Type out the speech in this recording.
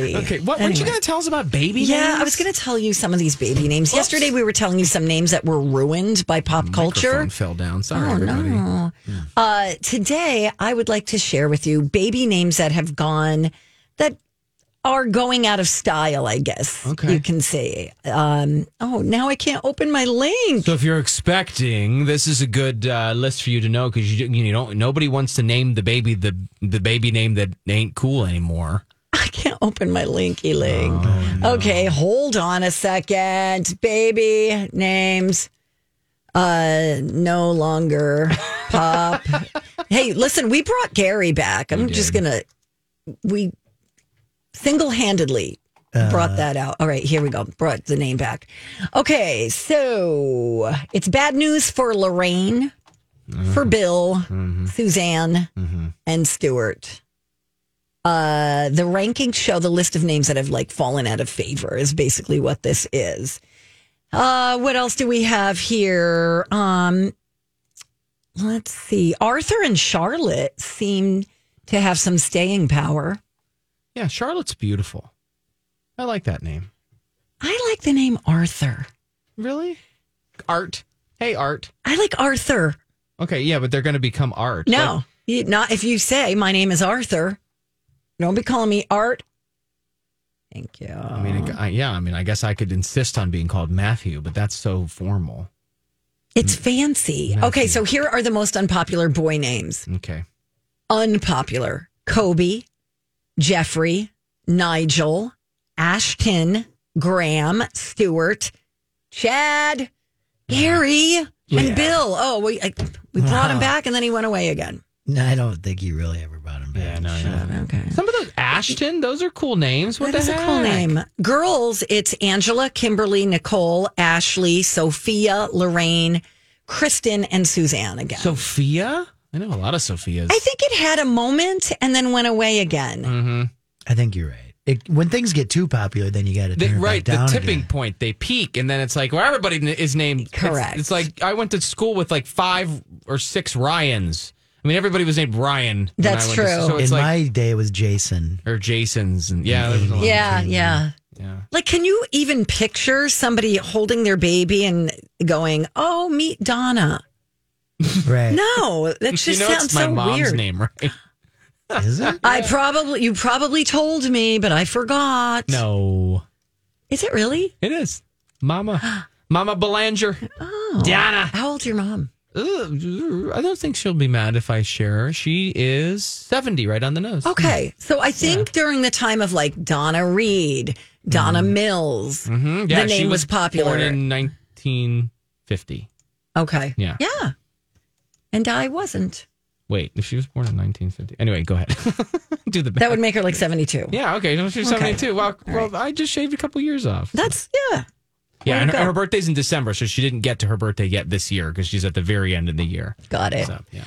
Okay, what weren't you Anyway. going to tell us about baby? Yeah, names? I was going to tell you some of these baby names. Yesterday, we were telling you some names that were ruined by pop culture. Microphone fell down. Sorry, Oh, everybody. no. Uh, today, I would like to share with you baby names that have gone, that are going out of style, I guess Okay. you can say. Um, oh, now I can't open my link. So if you're expecting, this is a good uh, list for you to know because you you don't. Nobody wants to name the baby the the baby name that ain't cool anymore. I can't open my linky link. Okay, hold on a second. Baby names uh no longer pop. hey, listen, we brought Gary back. I'm just going to we single-handedly brought that out. All right, here we go. Brought the name back. Okay, so it's bad news for Lorraine, for Bill, Suzanne, and Stuart uh, the rankings show the list of names that have like fallen out of favor is basically what this is. Uh, what else do we have here? Um, let's see. Arthur and Charlotte seem to have some staying power. Yeah, Charlotte's beautiful. I like that name. I like the name Arthur. Really, Art. Hey, Art. I like Arthur. Okay, yeah, but they're going to become Art. No, you, not if you say my name is Arthur. Don't be calling me Art. Thank you. Like, I mean, I, yeah, I mean, I guess I could insist on being called Matthew, but that's so formal. It's fancy. Okay, so here are the most unpopular boy names. Okay. unpopular Kobe, Jeffrey, Nigel, Ashton, Graham, Stewart, Chad, Gary, and Bill. Oh, we, I, we brought him back and then he went away again. No, I don't think you really ever brought him back. Yeah, no, no. Okay. Some of those Ashton, those are cool names. What That is the a heck? cool name. Girls, it's Angela, Kimberly, Nicole, Ashley, Sophia, Lorraine, Kristen, and Suzanne again. Sophia. I know a lot of Sophias. I think it had a moment and then went away Mm. again. I think you're right. It, when things get too popular, then you got to They- turn it right, back the down tipping again. point. They peak, and then it's like, well, everybody n- is named. it's- Correct. It's, like I went to school with like five or six Ryans. I mean, everybody was named Ryan. when I That's went to- true. so it's In like my day, it was Jason. or Jasons, and yeah, there was a lot. Yeah, yeah. Yeah. Like, can you even picture somebody holding their baby and going, "Oh, meet Donna"? Right. No, that You just know, sounds it's my so mom's weird. name, right? Is it? I probably you probably told me, but I forgot. No, is it really? it is Mama. Mama Belanger. Oh, Donna. How old's your mom? Ugh, I don't think she'll be mad if I share her. She is 70, right on the nose. Okay, Hmm. so I think during the time of like Donna Reed, Donna Mills, hmm Yeah, the name she was, was, popular. Born in 1950. okay, Yeah. yeah, and I wasn't. Wait, if she was born in 1950. Anyway, go ahead. Do the That best. would make her like seventy-two. Yeah, okay. No, she's Okay. 72. Well, well, I just shaved a couple years off. That's yeah. yeah, way and to her, go. her birthday's in December, so she didn't get to her birthday yet this year because she's at the very end of the year. Got it. So, yeah.